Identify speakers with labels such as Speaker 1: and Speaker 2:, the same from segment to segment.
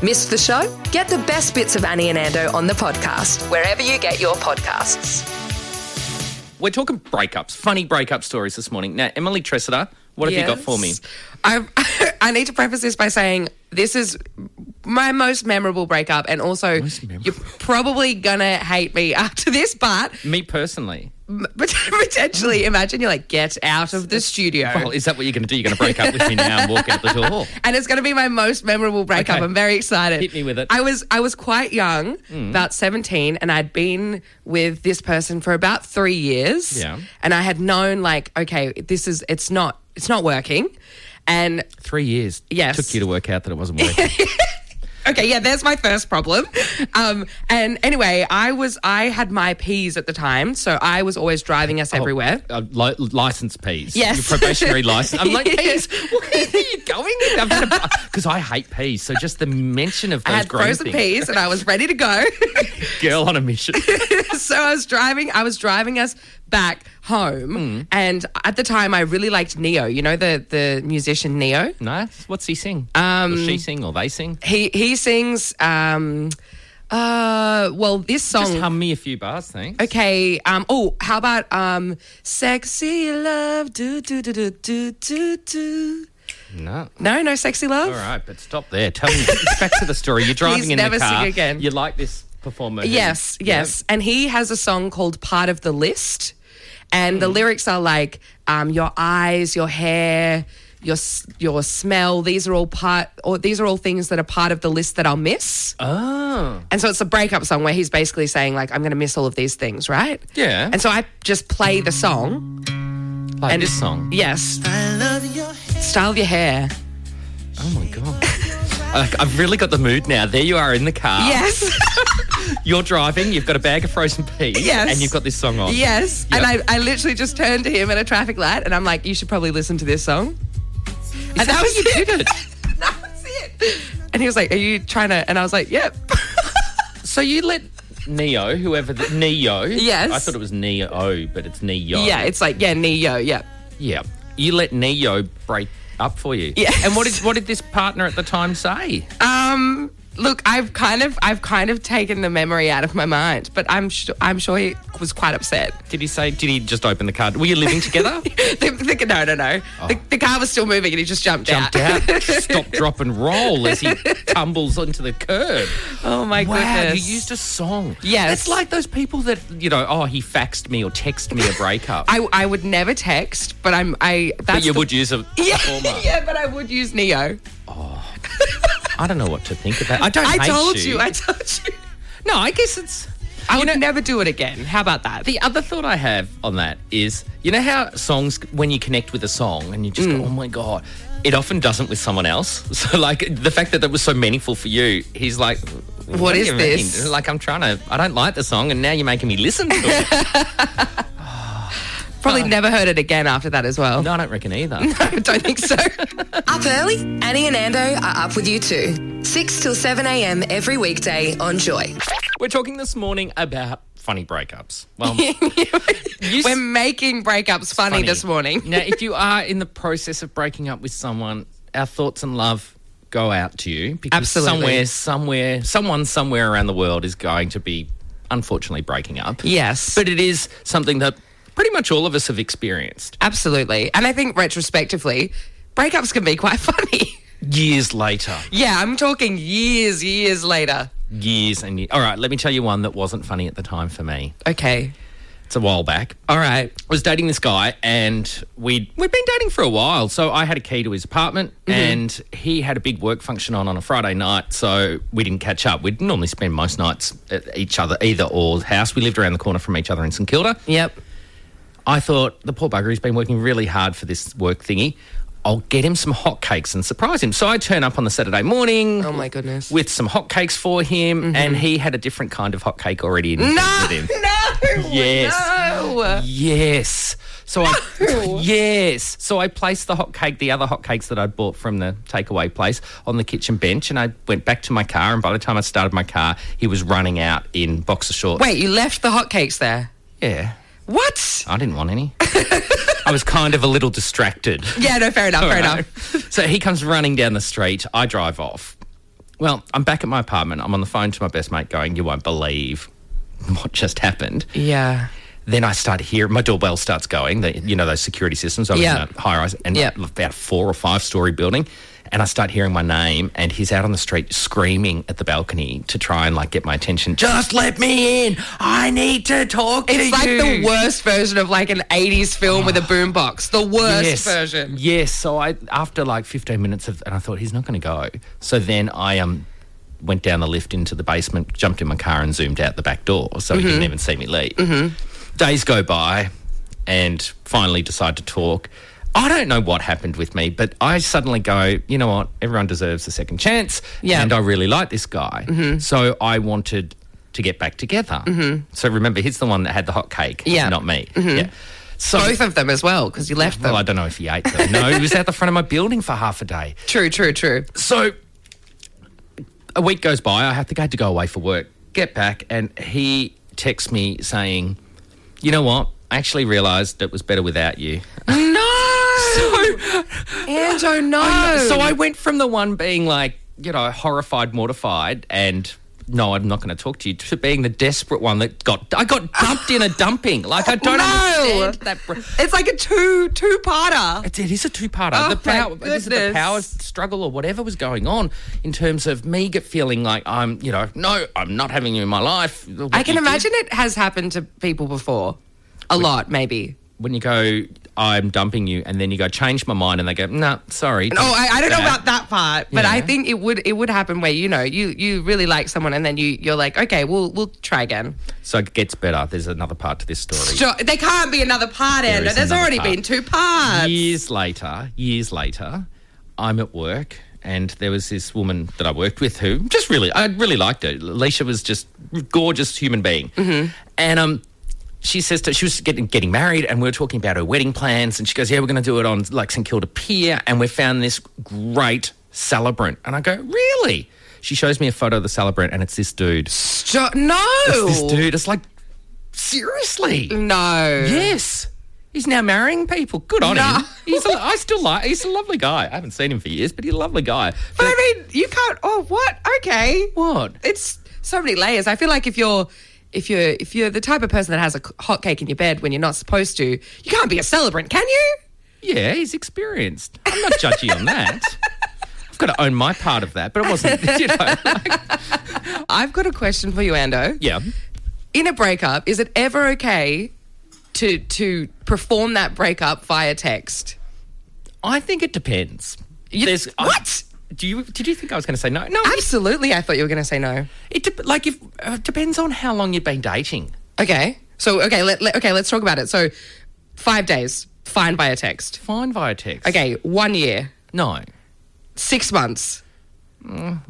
Speaker 1: Missed the show? Get the best bits of Annie and Ando on the podcast, wherever you get your podcasts.
Speaker 2: We're talking breakups, funny breakup stories this morning. Now, Emily Tressida, what have you got for me?
Speaker 3: Yes. I, I need to preface this by saying this is my most memorable breakup, and also
Speaker 2: memorable.
Speaker 3: you're probably gonna hate me after this, but
Speaker 2: Me personally.
Speaker 3: but potentially imagine you're like, get out of the studio.
Speaker 2: Well, is that what you're going to do? You're going to break up with me now and walk out the door?
Speaker 3: and it's going to be my most memorable breakup.
Speaker 2: Okay.
Speaker 3: I'm very excited.
Speaker 2: Hit me with it. Mm.
Speaker 3: I was I was quite young, about 17, and I'd been with this person for about 3 years.
Speaker 2: Yeah.
Speaker 3: And I had known like, okay, this is it's not it's not working. And
Speaker 2: Three years.
Speaker 3: Yes.
Speaker 2: Took you to work out that it wasn't working.
Speaker 3: okay, yeah, there's my first problem. Um, and anyway, I was I had my P's at the time, so I was always driving us everywhere.
Speaker 2: Uh, li- license peas.
Speaker 3: Yes.
Speaker 2: Your probationary license. I'm like,
Speaker 3: Yes.
Speaker 2: peas, where are you going with that? Because I hate peas. So just the mention of those
Speaker 3: I had
Speaker 2: green
Speaker 3: frozen
Speaker 2: things.
Speaker 3: peas and I was ready to go.
Speaker 2: Girl on a mission.
Speaker 3: so I was driving. I was driving us back home,
Speaker 2: Mm.
Speaker 3: and at the time, I really liked Neo. You know the the musician Neo.
Speaker 2: nice. What's he sing? Um, she sing or they sing?
Speaker 3: He he sings. Um, uh, well, this
Speaker 2: Just
Speaker 3: song.
Speaker 2: hum me a few bars, thanks.
Speaker 3: Okay. Um. Oh, how about um, sexy love. Do do do do do do do.
Speaker 2: No.
Speaker 3: No, no, sexy love.
Speaker 2: All right, but stop there. Tell me. back to the story. You're driving
Speaker 3: Please
Speaker 2: in
Speaker 3: never
Speaker 2: the
Speaker 3: sing
Speaker 2: car.
Speaker 3: again.
Speaker 2: You like this performer? who-
Speaker 3: Yes, yes. And he has a song called Part of the List. And the lyrics are like um, your eyes, your hair, your s- your smell, these are all part or these are all things that are part of the list that I'll miss.
Speaker 2: Oh.
Speaker 3: And so it's a breakup song where he's basically saying like I'm going to miss all of these things, right?
Speaker 2: Yeah.
Speaker 3: And so I just play the song.
Speaker 2: Like
Speaker 3: And-
Speaker 2: this song.
Speaker 3: Yes. Style of your hair.
Speaker 2: Oh my god. I- I've really got the mood now. There you are in the car.
Speaker 3: Yes.
Speaker 2: You're driving, you've got a bag of frozen peas,
Speaker 3: Yes.
Speaker 2: and you've got this song on.
Speaker 3: yes.
Speaker 2: Yep.
Speaker 3: And I, I literally just turned to him at a traffic light and I'm like, you should probably listen to this song. and that was it. that was it. And he was like, Are you trying to? And I was like, Yep.
Speaker 2: Oh. So you let Neo, whoever the Neo.
Speaker 3: Yes.
Speaker 2: I thought it was Neo, but it's Neo.
Speaker 3: Yeah, it's like, Yeah, Neo, yeah.
Speaker 2: Yeah. You let Neo break up for you.
Speaker 3: Yes.
Speaker 2: And what did what did this partner at the time say?
Speaker 3: Um, look, I've kind of I've kind of taken the memory out of my mind, but I'm su I'm sure he was quite upset.
Speaker 2: Did he say did he just open the car? Were you living together? Oh.
Speaker 3: the, the, no, no, no. The, the car was still moving and he just jumped,
Speaker 2: Jumped out, stop, drop, and roll as he tumbles onto the curb.
Speaker 3: oh my
Speaker 2: Wow,
Speaker 3: goodness.
Speaker 2: you used a song.
Speaker 3: Yes.
Speaker 2: It's like those people that, you know, oh, he faxed me or texted me a breakup.
Speaker 3: I, I would never text, but I'm I that's
Speaker 2: but you
Speaker 3: the-
Speaker 2: would use a
Speaker 3: yeah,
Speaker 2: performer.
Speaker 3: yeah, but I would use Neo.
Speaker 2: I don't know what to think about. I don't
Speaker 3: I
Speaker 2: hate
Speaker 3: told you. I told you.
Speaker 2: No, I guess it's.
Speaker 3: I would never do it again. How about that?
Speaker 2: The other thought I have on that is, you know how songs, when you connect with a song and you just go, oh my God, it often doesn't with someone else. So, like, the fact that that was so meaningful for you, he's like, what, do
Speaker 3: is
Speaker 2: you
Speaker 3: this?"
Speaker 2: Mean? Like, I'm trying to, I don't like the song and now you're making me listen to it.
Speaker 3: Probably never heard it again after that as well.
Speaker 2: no, I don't reckon either.
Speaker 3: I don't think so.
Speaker 1: Up early? Annie and Ando are up with you too. 6 till 7 a.m. every weekday on Joy.
Speaker 2: We're talking this morning about funny breakups. Well, you
Speaker 3: We're making breakups funny,
Speaker 2: funny.
Speaker 3: this morning.
Speaker 2: now, if you are in the process of breaking up with someone, our thoughts and love go out to you because
Speaker 3: Absolutely.
Speaker 2: somewhere, somewhere, someone somewhere around the world is going to be unfortunately breaking up.
Speaker 3: Yes.
Speaker 2: But it is something that pretty much all of us have experienced
Speaker 3: Absolutely. And I think retrospectively, breakups can be quite funny.
Speaker 2: years later.
Speaker 3: yeah, I'm talking years, years later.
Speaker 2: Years and years. All right, let me tell you one that wasn't funny at the time for me.
Speaker 3: Okay.
Speaker 2: It's a while back.
Speaker 3: All right.
Speaker 2: I was dating this guy and we'd we'd been dating for a while. So I had a key to his apartment
Speaker 3: Mm-hmm.
Speaker 2: and he had a big work function on on a Friday night, so we didn't catch up. We'd normally spend most nights at each other either or house. We lived around the corner from each other in St Kilda.
Speaker 3: Yep.
Speaker 2: I thought the poor bugger, he's been working really hard for this work thingy. I'll get him some hotcakes and surprise him. So I turn up on the Saturday morning.
Speaker 3: Oh my Mm-hmm. goodness.
Speaker 2: With some hotcakes for him, and he had a different kind of hotcake already in his
Speaker 3: No.
Speaker 2: with him.
Speaker 3: No.
Speaker 2: Yes.
Speaker 3: No.
Speaker 2: Yes. So I yes. So I placed the hot cake, the other hot cakes that I'd bought from the takeaway place, on the kitchen bench, and I went back to my car. And by the time I started my car, he was running out in boxer shorts.
Speaker 3: Wait, you left the hotcakes there.
Speaker 2: Yeah,
Speaker 3: What?
Speaker 2: I didn't want any. I was kind of a little distracted.
Speaker 3: Yeah, no, fair enough, fair enough.
Speaker 2: so he comes running down the street. I drive off. Well, I'm back at my apartment. I'm on the phone to my best mate going, You won't believe what just happened.
Speaker 3: Yeah.
Speaker 2: Then I start hearing my doorbell starts going. The, you know those security systems. I was
Speaker 3: Yeah.
Speaker 2: in a high rise and
Speaker 3: Yeah.
Speaker 2: about a four or five story building, and I start hearing my name. And he's out on the street screaming at the balcony to try and like get my attention. Just let me in. I need to talk to
Speaker 3: It's like
Speaker 2: you.
Speaker 3: the worst version of like an 80s film with a boombox. The worst version.
Speaker 2: Yes. So I after like 15 minutes of and I thought he's not going to go. So then I um went down the lift into the basement, jumped in my car and zoomed out the back door so he
Speaker 3: Mm-hmm.
Speaker 2: didn't even see me leave. Days go by and finally decide to talk. I don't know what happened with me, but I suddenly go, you know what? Everyone deserves a second chance.
Speaker 3: Yeah. Mm-hmm.
Speaker 2: And I really like this guy. So I wanted to get back together. So remember, he's the one that had the hot cake,
Speaker 3: Yeah. Mm-hmm.
Speaker 2: not me. Yeah. So
Speaker 3: Both of them as well, because you left them.
Speaker 2: well, I don't know if he ate them. No, he was out the front of my building for half a day.
Speaker 3: true, true, true.
Speaker 2: So a week goes by. I have to go to go away for work. Get back, and he texts me saying, "You know what? I actually realised it was better without you."
Speaker 3: No!
Speaker 2: So,
Speaker 3: Anjo, oh, no.
Speaker 2: so I went from the one being like, you know, horrified, mortified, and no, I'm not going to talk to you, to being the desperate one that got I got dumped in a dumping. Like I don't
Speaker 3: No.
Speaker 2: understand that. br-
Speaker 3: It's like a two two parter.
Speaker 2: It's, it is a two-parter.
Speaker 3: Oh,
Speaker 2: the
Speaker 3: my
Speaker 2: power, this is the
Speaker 3: goodness.
Speaker 2: power struggle or whatever was going on in terms of me get feeling like I'm, you know, no, I'm not having you in my life. What
Speaker 3: I can
Speaker 2: you did-
Speaker 3: imagine it has happened to people before. A lot, maybe.
Speaker 2: when you go, I'm dumping you, and then you go change my mind, and they go, no, nah, sorry.
Speaker 3: Oh, I, I don't know
Speaker 2: Yeah.
Speaker 3: about that part, but I
Speaker 2: Yeah.
Speaker 3: think it would it would happen where you know you you really like someone and then you you're like okay we'll we'll try again.
Speaker 2: So it gets better. There's another part to this story.
Speaker 3: Sure, there can't be another part,
Speaker 2: There
Speaker 3: Ender.
Speaker 2: is
Speaker 3: There's
Speaker 2: another
Speaker 3: already
Speaker 2: part.
Speaker 3: been two parts.
Speaker 2: years later, years later, I'm at work and there was this woman that I worked with who just really, I really liked her. Alicia was just a gorgeous human being. And um, she says to, she was getting, getting married and we were talking about her wedding plans and she goes, yeah, we're going to do it on like St Kilda Pier and we found this great celebrant. And I go, really? She shows me a photo of the celebrant and it's this dude.
Speaker 3: Sure- no,
Speaker 2: This dude, it's like, seriously?
Speaker 3: no.
Speaker 2: Yes. He's now marrying people. Good on
Speaker 3: No.
Speaker 2: him. He's a, I still like. He's a lovely guy. I haven't seen him for years, but he's a lovely guy.
Speaker 3: But I mean, you can't. Oh, what? Okay,
Speaker 2: What?
Speaker 3: it's so many layers. I feel like if you're if you're if you're the type of person that has a c- hot cake in your bed when you're not supposed to, you can't be a celebrant, can you?
Speaker 2: Yeah, he's experienced. I'm not judgy on that. I've got to own my part of that, but it wasn't. You know, like-
Speaker 3: I've got a question for you, Ando.
Speaker 2: yeah.
Speaker 3: In a breakup, is it ever okay to to perform that breakup via text?
Speaker 2: I think it depends.
Speaker 3: You-
Speaker 2: There's- I-
Speaker 3: what? Uh,
Speaker 2: do you did you think I was going to say no? No, it-
Speaker 3: Absolutely, I thought you were going to say no.
Speaker 2: it dep like if uh, it depends on how long you've been dating.
Speaker 3: Okay, so okay, let, let- okay, let's talk about it. So, five days, fine via text.
Speaker 2: Fine via text.
Speaker 3: Okay, one year,
Speaker 2: No.
Speaker 3: six months.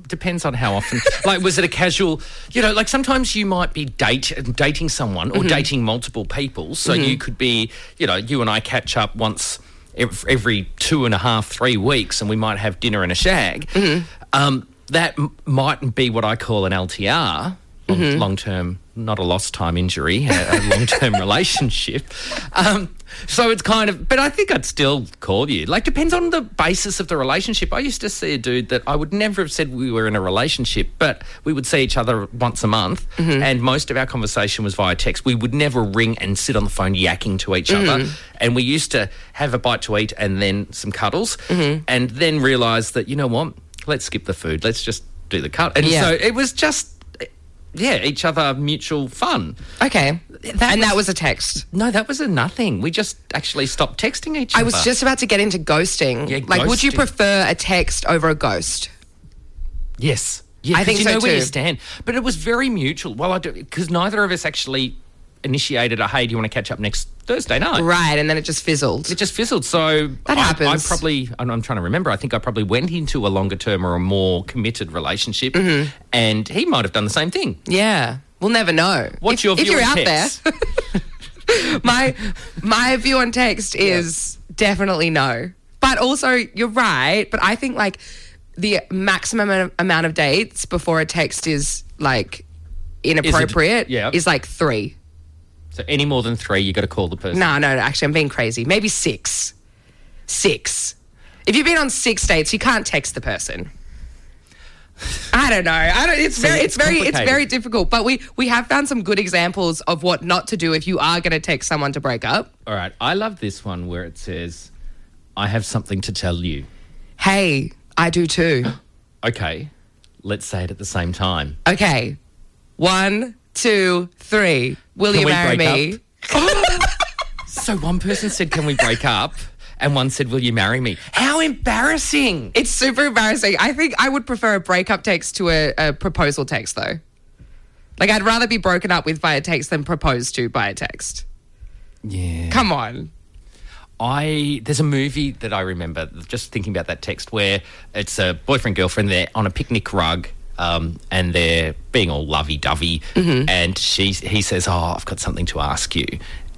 Speaker 2: depends on how often. like, was it a casual? You know, like sometimes you might be date dating someone or dating multiple people, so you could be, you know, you and I catch up once ev- every two and a half, three weeks, and we might have dinner and a shag. Um, that m- mightn't be what I call an LTR. Long term, not a lost time injury, a, long term relationship. Um, so it's kind of, but I think I'd still call you. Like, depends on the basis of the relationship. I used to see a dude that I would never have said we were in a relationship, but we would see each other once a month, and most of our conversation was via text. We would never ring and sit on the phone yakking to each other. And we used to have a bite to eat and then some cuddles, and then realize that, you know what, let's skip the food, let's just do the cut. And
Speaker 3: Yeah.
Speaker 2: so it was just, yeah, each other mutual fun.
Speaker 3: Okay, and that was
Speaker 2: was-
Speaker 3: a text.
Speaker 2: No, that was a nothing. We just actually stopped texting each other.
Speaker 3: I was just about to get into ghosting.
Speaker 2: Yeah,
Speaker 3: like, would you
Speaker 2: ghosting.
Speaker 3: prefer a text over a ghost?
Speaker 2: Yes. Yeah,
Speaker 3: I
Speaker 2: 'cause
Speaker 3: think
Speaker 2: you
Speaker 3: so
Speaker 2: know where you
Speaker 3: too.
Speaker 2: stand. But it was very mutual. Well, I do because neither of us actually initiated a hey, do you want to catch up next Thursday night?
Speaker 3: Right, and then it just fizzled.
Speaker 2: It just fizzled. So
Speaker 3: That
Speaker 2: I, I
Speaker 3: happens.
Speaker 2: probably, and I'm trying to remember. I think I probably went into a longer term or a more committed relationship,
Speaker 3: Mm-hmm.
Speaker 2: and he might have done the same thing.
Speaker 3: Yeah, we'll never know.
Speaker 2: What's
Speaker 3: if,
Speaker 2: your view
Speaker 3: if you're out
Speaker 2: on text?
Speaker 3: there? my my view on text is definitely no. But also, you're right. But I think like the maximum am- amount of dates before a text is like inappropriate is,
Speaker 2: yeah.
Speaker 3: like three.
Speaker 2: So any more than three, you got to call the person.
Speaker 3: No, no, no, actually, I'm being crazy. Maybe six. Six. If you've been on six dates, you can't text the person. I I don't know. I don't. It's very, it's
Speaker 2: it's
Speaker 3: very, it's
Speaker 2: complicated.
Speaker 3: very difficult. But we we have found some good examples of what not to do if you are going to text someone to break up.
Speaker 2: All right. I love this one where it says, I have something to tell you.
Speaker 3: Hey, I do too.
Speaker 2: Okay. Let's say it at the same time.
Speaker 3: Okay, one, two, three. Will
Speaker 2: Can
Speaker 3: you
Speaker 2: we
Speaker 3: marry
Speaker 2: break
Speaker 3: me?
Speaker 2: up? So one person said, Can we break up? And one said, Will you marry me? How embarrassing.
Speaker 3: It's super embarrassing. I think I would prefer a breakup text to a, a proposal text, though. Like, I'd rather be broken up with by a text than proposed to by a text.
Speaker 2: Yeah.
Speaker 3: Come on.
Speaker 2: I there's a movie that I remember just thinking about that text where it's a boyfriend girlfriend they're on a picnic rug um, and they're being all lovey dovey
Speaker 3: Mm-hmm.
Speaker 2: and she he says oh I've got something to ask you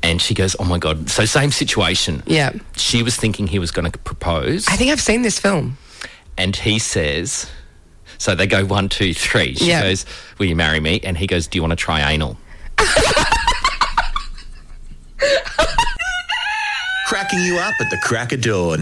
Speaker 2: and she goes oh my god so same situation
Speaker 3: Yeah.
Speaker 2: she was thinking he was going to propose
Speaker 3: I think I've seen this film.
Speaker 2: and he says so they go one two three she
Speaker 3: Yeah.
Speaker 2: goes will you marry me and he goes do you want to try anal
Speaker 4: Cracking you up at the crack of dawn.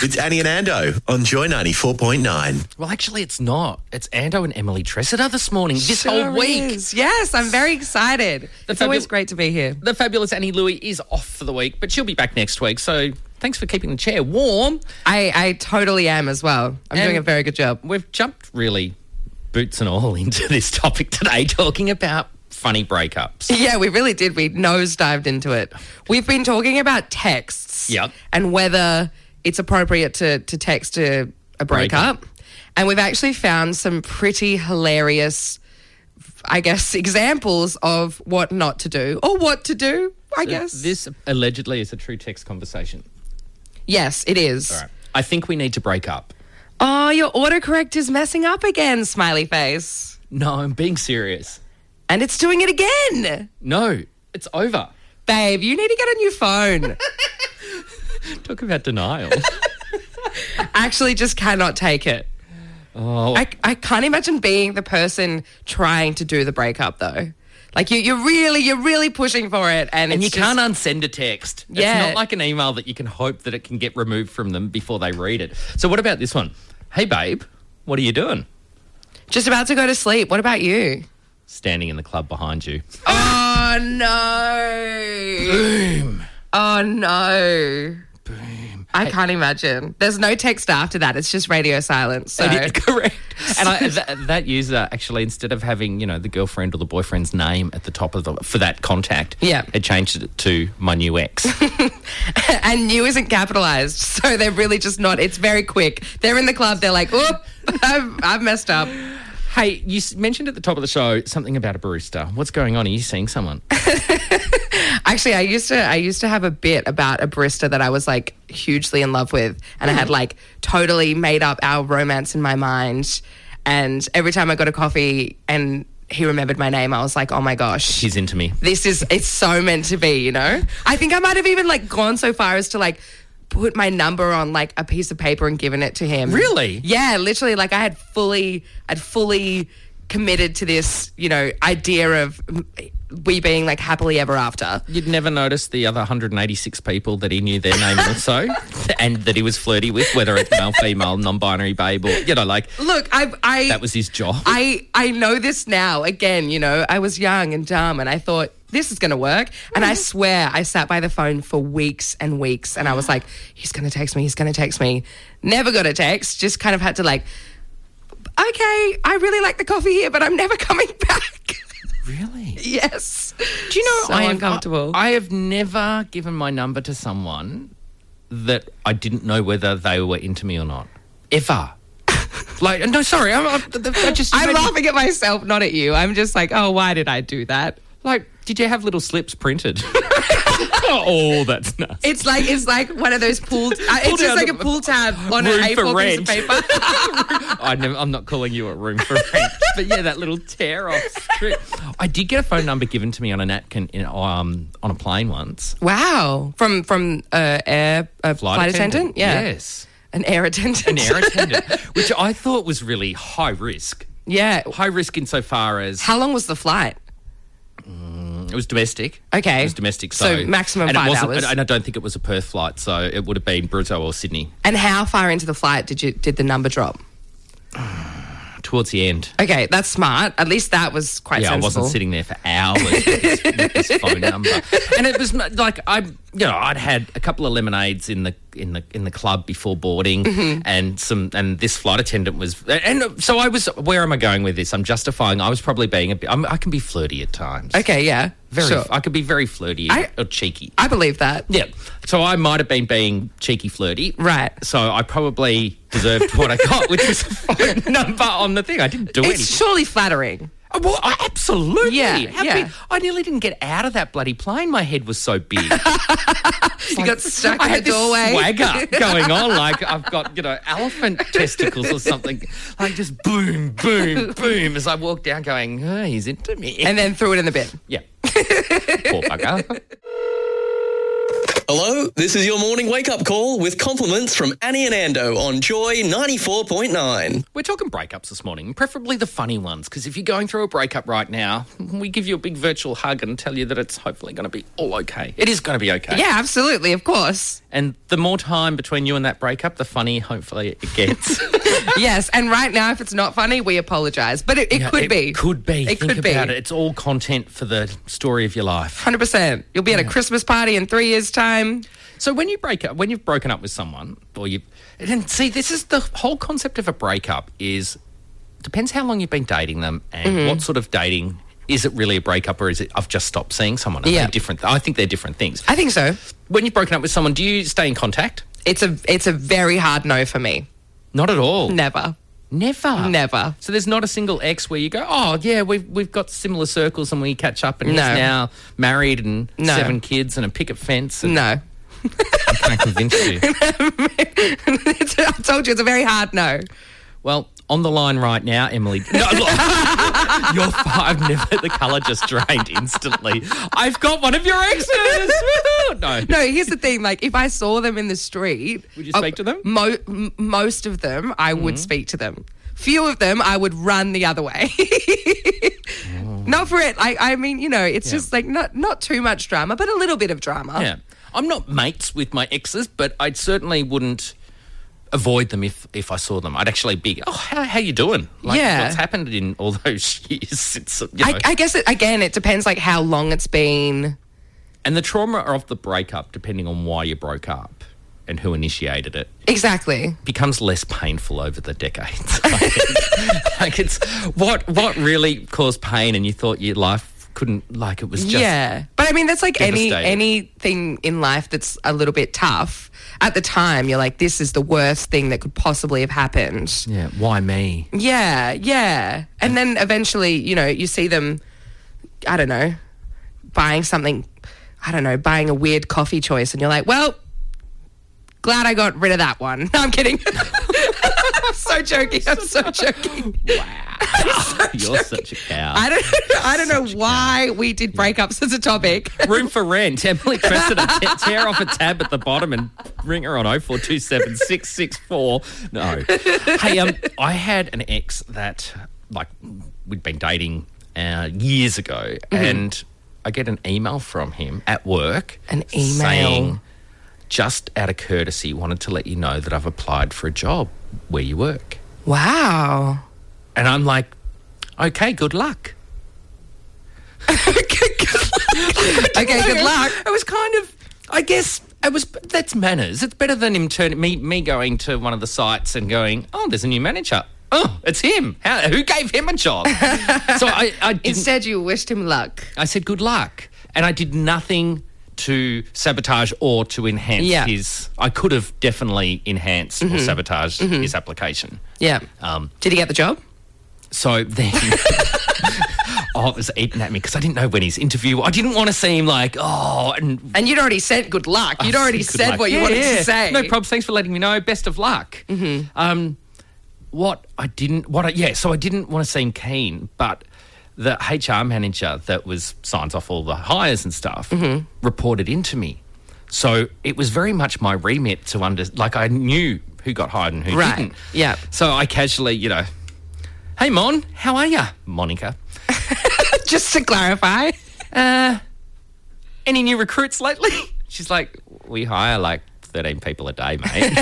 Speaker 4: It's Annie and Ando on Joy 94.9.
Speaker 2: well actually it's not it's Ando and Emily Tressida this morning this whole
Speaker 3: Sure
Speaker 2: week.
Speaker 3: is. Yes, I'm very excited. it's
Speaker 2: fabu-
Speaker 3: always great to be here.
Speaker 2: the fabulous Annie Louie is off for the week, but she'll be back next week. So thanks for keeping the chair warm.
Speaker 3: I, I totally am as well. I'm doing
Speaker 2: And-
Speaker 3: a very good job.
Speaker 2: We've jumped really boots and all into this topic today, talking about funny breakups.
Speaker 3: Yeah, we really did. We nosedived into it. We've been talking about texts
Speaker 2: Yep.
Speaker 3: and whether it's appropriate to, to text a, a breakup. And we've actually found some pretty hilarious, I guess, examples of what not to do or what to do, I guess.
Speaker 2: This allegedly is a true text conversation.
Speaker 3: yes, it is.
Speaker 2: All right. I think we need to break up.
Speaker 3: Oh, your autocorrect is messing up again, smiley face.
Speaker 2: No, I'm being serious.
Speaker 3: And it's doing it again.
Speaker 2: No, it's over.
Speaker 3: Babe, you need to get a new phone.
Speaker 2: Talk about denial.
Speaker 3: actually just cannot take it.
Speaker 2: oh,
Speaker 3: I, I can't imagine being the person trying to do the breakup though. Like you, you're really, you're really pushing for it, and,
Speaker 2: and you
Speaker 3: it's just-
Speaker 2: can't unsend a text.
Speaker 3: Yeah.
Speaker 2: It's not like an email that you can hope that it can get removed from them before they read it. So what about this one? Hey babe, what are you doing?
Speaker 3: Just about to go to sleep. What about you?
Speaker 2: standing in the club behind you.
Speaker 3: Oh no! Boom! Oh no! Boom! I can't imagine. There's no text after that. It's just radio silence. So
Speaker 2: Correct. And I, th- that user actually, instead of having you know the girlfriend or the boyfriend's name at the top of the for that contact,
Speaker 3: Yeah.
Speaker 2: had changed it to my new ex.
Speaker 3: and new isn't capitalized, so they're really just not. It's very quick. They're in the club. They're like, "Oop, I've, I've messed up."
Speaker 2: hey, you s- mentioned at the top of the show something about a barista. What's going on? Are you seeing someone?
Speaker 3: Actually, I used to I used to have a bit about a barista that I was like hugely in love with, and I had like totally made up our romance in my mind. And every time I got a coffee and he remembered my name, I was like, "Oh my gosh,
Speaker 2: She's into me.
Speaker 3: this is it's so meant to be," you know. I think I might have even like gone so far as to like put my number on like a piece of paper and given it to him.
Speaker 2: Really?
Speaker 3: Yeah, literally. Like I had fully, I'd fully committed to this, you know, idea of. mm, We being like happily ever after.
Speaker 2: You'd never noticed the other 186 people that he knew their name also, and that he was flirty with, whether it's male, female, non-binary, babe, or you know, like
Speaker 3: Look, I, I
Speaker 2: that was his job.
Speaker 3: I, I know this now. Again, you know, I was young and dumb, and I thought this is going to work. And I swear, I sat by the phone for weeks and weeks, and I was like, he's going to text me. He's going to text me. Never got a text. Just kind of had to like, okay, I really like the coffee here, but I'm never coming back.
Speaker 2: really?
Speaker 3: yes.
Speaker 2: Do you know
Speaker 3: So
Speaker 2: I have-
Speaker 3: uncomfortable.
Speaker 2: I, have never given my number to someone that I didn't know whether they were into me or not. Ever. like no, sorry, I'm, I'm, I just.
Speaker 3: I'm laughing at myself, not at you. I'm just like, oh, why did I do that?
Speaker 2: Like, did you have little slips printed? oh, that's nuts.
Speaker 3: It's like it's like one of those pool. uh,
Speaker 2: Pull
Speaker 3: it's
Speaker 2: down
Speaker 3: just like
Speaker 2: the-
Speaker 3: a pool tab on an
Speaker 2: Room
Speaker 3: A4
Speaker 2: for
Speaker 3: piece of
Speaker 2: rent.
Speaker 3: paper.
Speaker 2: I never, I'm not calling you a room for rent, but yeah, that little tear off strip. I did get a phone number given to me on a napkin in, um, on a plane once.
Speaker 3: Wow, from from uh, air uh, flight, attendant, yeah,
Speaker 2: Yes.
Speaker 3: an air attendant,
Speaker 2: An air attendant, which I thought was really high risk.
Speaker 3: yeah.
Speaker 2: High risk insofar as
Speaker 3: How long was the flight?
Speaker 2: It was domestic.
Speaker 3: Okay.
Speaker 2: It was domestic. So,
Speaker 3: So maximum
Speaker 2: and
Speaker 3: five
Speaker 2: it wasn't,
Speaker 3: hours.
Speaker 2: And I don't think it was a Perth flight, so it would have been Brutto or Sydney.
Speaker 3: And how far into the flight did you did the number drop?
Speaker 2: towards the end.
Speaker 3: Okay, that's smart. At least that was quite
Speaker 2: yeah,
Speaker 3: sensible.
Speaker 2: I wasn't sitting there for hours with this, with this phone number. And it was not- like I, you know, I'd had a couple of lemonades in the in the in the club before boarding,
Speaker 3: Mm-hmm.
Speaker 2: and some and this flight attendant was, and so I was. Where am I going with this? I'm justifying. I was probably being a bit. I'm, I can be flirty at times.
Speaker 3: Okay, yeah.
Speaker 2: very.
Speaker 3: sure.
Speaker 2: I could be very flirty
Speaker 3: I-
Speaker 2: or cheeky.
Speaker 3: I believe that.
Speaker 2: yeah, so I might have been being cheeky flirty,
Speaker 3: Right.
Speaker 2: So I probably deserved what I got, which was a phone number on the thing. I didn't do anything.
Speaker 3: It's surely flattering.
Speaker 2: Oh, Well, I, absolutely.
Speaker 3: Yeah,
Speaker 2: How
Speaker 3: yeah.
Speaker 2: big- I nearly didn't get out of that bloody plane. My head was so big.
Speaker 3: You got stuck
Speaker 2: I
Speaker 3: in the
Speaker 2: had this
Speaker 3: doorway.
Speaker 2: swagger going on, like I've got you know elephant testicles or something. Like just boom, boom, boom as I walked down, going, oh, he's into me.
Speaker 3: And then threw it in the bin.
Speaker 2: yeah, poor bugger.
Speaker 5: Hello, this is your morning wake up call with compliments from Annie and Ando on Joy 94.9.
Speaker 2: We're talking breakups this morning, preferably the funny ones, because if you're going through a breakup right now, we give you a big virtual hug and tell you that it's hopefully going to be all okay. It is going to be okay.
Speaker 3: Yeah, absolutely, of course.
Speaker 2: And the more time between you and that breakup, the funny hopefully it gets.
Speaker 3: yes, and right now, if it's not funny, we apologize. But it, it
Speaker 2: Yeah,
Speaker 3: could
Speaker 2: it
Speaker 3: be.
Speaker 2: Could be.
Speaker 3: It
Speaker 2: Think
Speaker 3: could be.
Speaker 2: about it. It's all content for the story of your life.
Speaker 3: 100%. You'll be at a Christmas party in three years' time.
Speaker 2: So when you break up, when you've broken up with someone, or you, and see, this is the whole concept of a breakup is depends how long you've been dating them and what sort of dating. Is it really a breakup or is it I've just stopped seeing someone? Are they
Speaker 3: Yeah.
Speaker 2: different? I think they're different things.
Speaker 3: I think so.
Speaker 2: When you've broken up with someone, do you stay in contact?
Speaker 3: It's a it's a very hard no for me.
Speaker 2: Not at all.
Speaker 3: Never.
Speaker 2: Never.
Speaker 3: Never.
Speaker 2: So there's not a single ex where you go, oh yeah, we've we've got similar circles and we catch up and he's
Speaker 3: No.
Speaker 2: now married and
Speaker 3: No.
Speaker 2: seven kids and a picket fence. And
Speaker 3: No.
Speaker 2: I can't convince you.
Speaker 3: It's- I told you it's a very hard no.
Speaker 2: Well, on the line right now, Emily. No, look, your five never. The colour just drained instantly. I've got one of your exes. Woohoo! No.
Speaker 3: No, here's the thing. Like, if I saw them in the street,
Speaker 2: Would you speak to them? Mm-hmm.
Speaker 3: Mo- m- most of them, I would speak to them. Few of them, I would run the other way. Not for it. I, I mean, you know, it's
Speaker 2: Oh. Yeah.
Speaker 3: just like not not too much drama, but a little bit of drama.
Speaker 2: Yeah. I'm not mates with my exes, but I certainly wouldn't avoid them if, if I saw them. I'd actually be, oh, how, how you doing? Like,
Speaker 3: Yeah.
Speaker 2: what's happened in all those years since, you know.
Speaker 3: I, I guess it, again, it depends like how long it's been.
Speaker 2: and the trauma of the breakup, depending on why you broke up and who initiated it,
Speaker 3: Exactly.
Speaker 2: becomes less painful over the decades. I think. like it's what what really caused pain, and you thought your life couldn't like it was just
Speaker 3: yeah, but I mean, that's like any
Speaker 2: devastating.
Speaker 3: anything in life that's a little bit tough. At the time, you're like, this is the worst thing that could possibly have happened.
Speaker 2: yeah. Why me?
Speaker 3: Yeah, yeah. And then eventually, you know, you see them, I don't know, buying something, I don't know, buying a weird coffee choice, and you're like, well, glad I got rid of that one. No, I'm kidding. I'm so joking. I'm so joking.
Speaker 2: You're such a cow.
Speaker 3: I don't, I don't know why we did breakups as a topic.
Speaker 2: Room for rent. Emily Cressida, te- tear off a tab at the bottom and ring her on 0427 664. No. Hey, um, I had an ex that, like, we'd been dating uh, years ago, and I get an email from him at work.
Speaker 3: An email.
Speaker 2: Saying, just out of courtesy, wanted to let you know that I've applied for a job where you work.
Speaker 3: Wow.
Speaker 2: And I'm like, okay, good luck.
Speaker 3: Okay, good luck.
Speaker 2: It was kind of, I guess, it was. That's manners. It's better than him turning me me going to one of the sites and going, oh, there's a new manager. Oh, it's him. How, who gave him a job? so I, I didn't.
Speaker 3: Instead, you wished him luck.
Speaker 2: I said good luck, and I did nothing to sabotage or to enhance
Speaker 3: Yeah. Mm-hmm.
Speaker 2: his. I could have definitely enhanced or sabotaged his application.
Speaker 3: Yeah.
Speaker 2: Um,
Speaker 3: Did he get the job?
Speaker 2: so then. Oh, it was eating at me because I didn't know when his interview. I didn't want to seem like oh, and
Speaker 3: And you'd already said good luck. You'd already
Speaker 2: Good
Speaker 3: said
Speaker 2: luck.
Speaker 3: what you
Speaker 2: Yeah,
Speaker 3: wanted
Speaker 2: yeah.
Speaker 3: to say. Mm-hmm.
Speaker 2: No problems. Thanks for letting me know. Best of luck. Um, what I didn't, what I, yeah, so I didn't want to seem keen, but the HR manager that was signs off all the hires and stuff
Speaker 3: Mm-hmm.
Speaker 2: reported into me. So it was very much my remit to under, like I knew who got hired and who
Speaker 3: Right.
Speaker 2: didn't.
Speaker 3: Yep.
Speaker 2: So I casually, you know, hey Mon, how are ya, Monica?
Speaker 3: Just to clarify.
Speaker 2: any new recruits lately? She's like, we hire like 13 people a day, mate.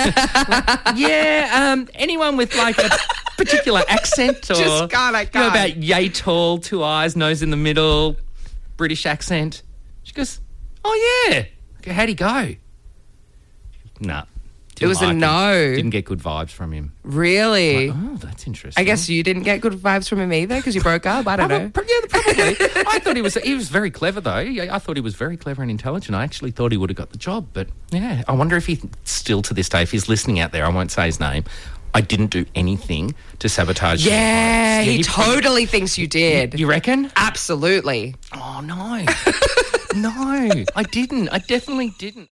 Speaker 2: yeah, um, anyone with like a particular accent or
Speaker 3: Just can't, I
Speaker 2: You know
Speaker 3: can't.
Speaker 2: about yay tall, two eyes, nose in the middle, British accent. She goes, Oh yeah. I go, How'd he go? Nah. didn't
Speaker 3: was a
Speaker 2: him.
Speaker 3: no.
Speaker 2: Didn't get good vibes from him.
Speaker 3: Really?
Speaker 2: Oh, that's interesting.
Speaker 3: I guess you didn't get good vibes from him either because you broke up. I don't
Speaker 2: Prob-
Speaker 3: know.
Speaker 2: prob- yeah, probably. I thought he was he was very clever though. Yeah, I thought he was very clever and intelligent. I actually thought he would have got the job, but yeah, I wonder if he still to this day, if he's listening out there, I won't say his name. I didn't do anything to sabotage. your
Speaker 3: Yeah,
Speaker 2: lives.
Speaker 3: he
Speaker 2: probably-
Speaker 3: totally thinks you did.
Speaker 2: You reckon?
Speaker 3: Absolutely.
Speaker 2: Oh no, no, I didn't. I definitely didn't.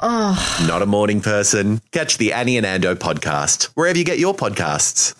Speaker 4: Not a morning person? Catch the Annie and Ando podcast wherever you get your podcasts.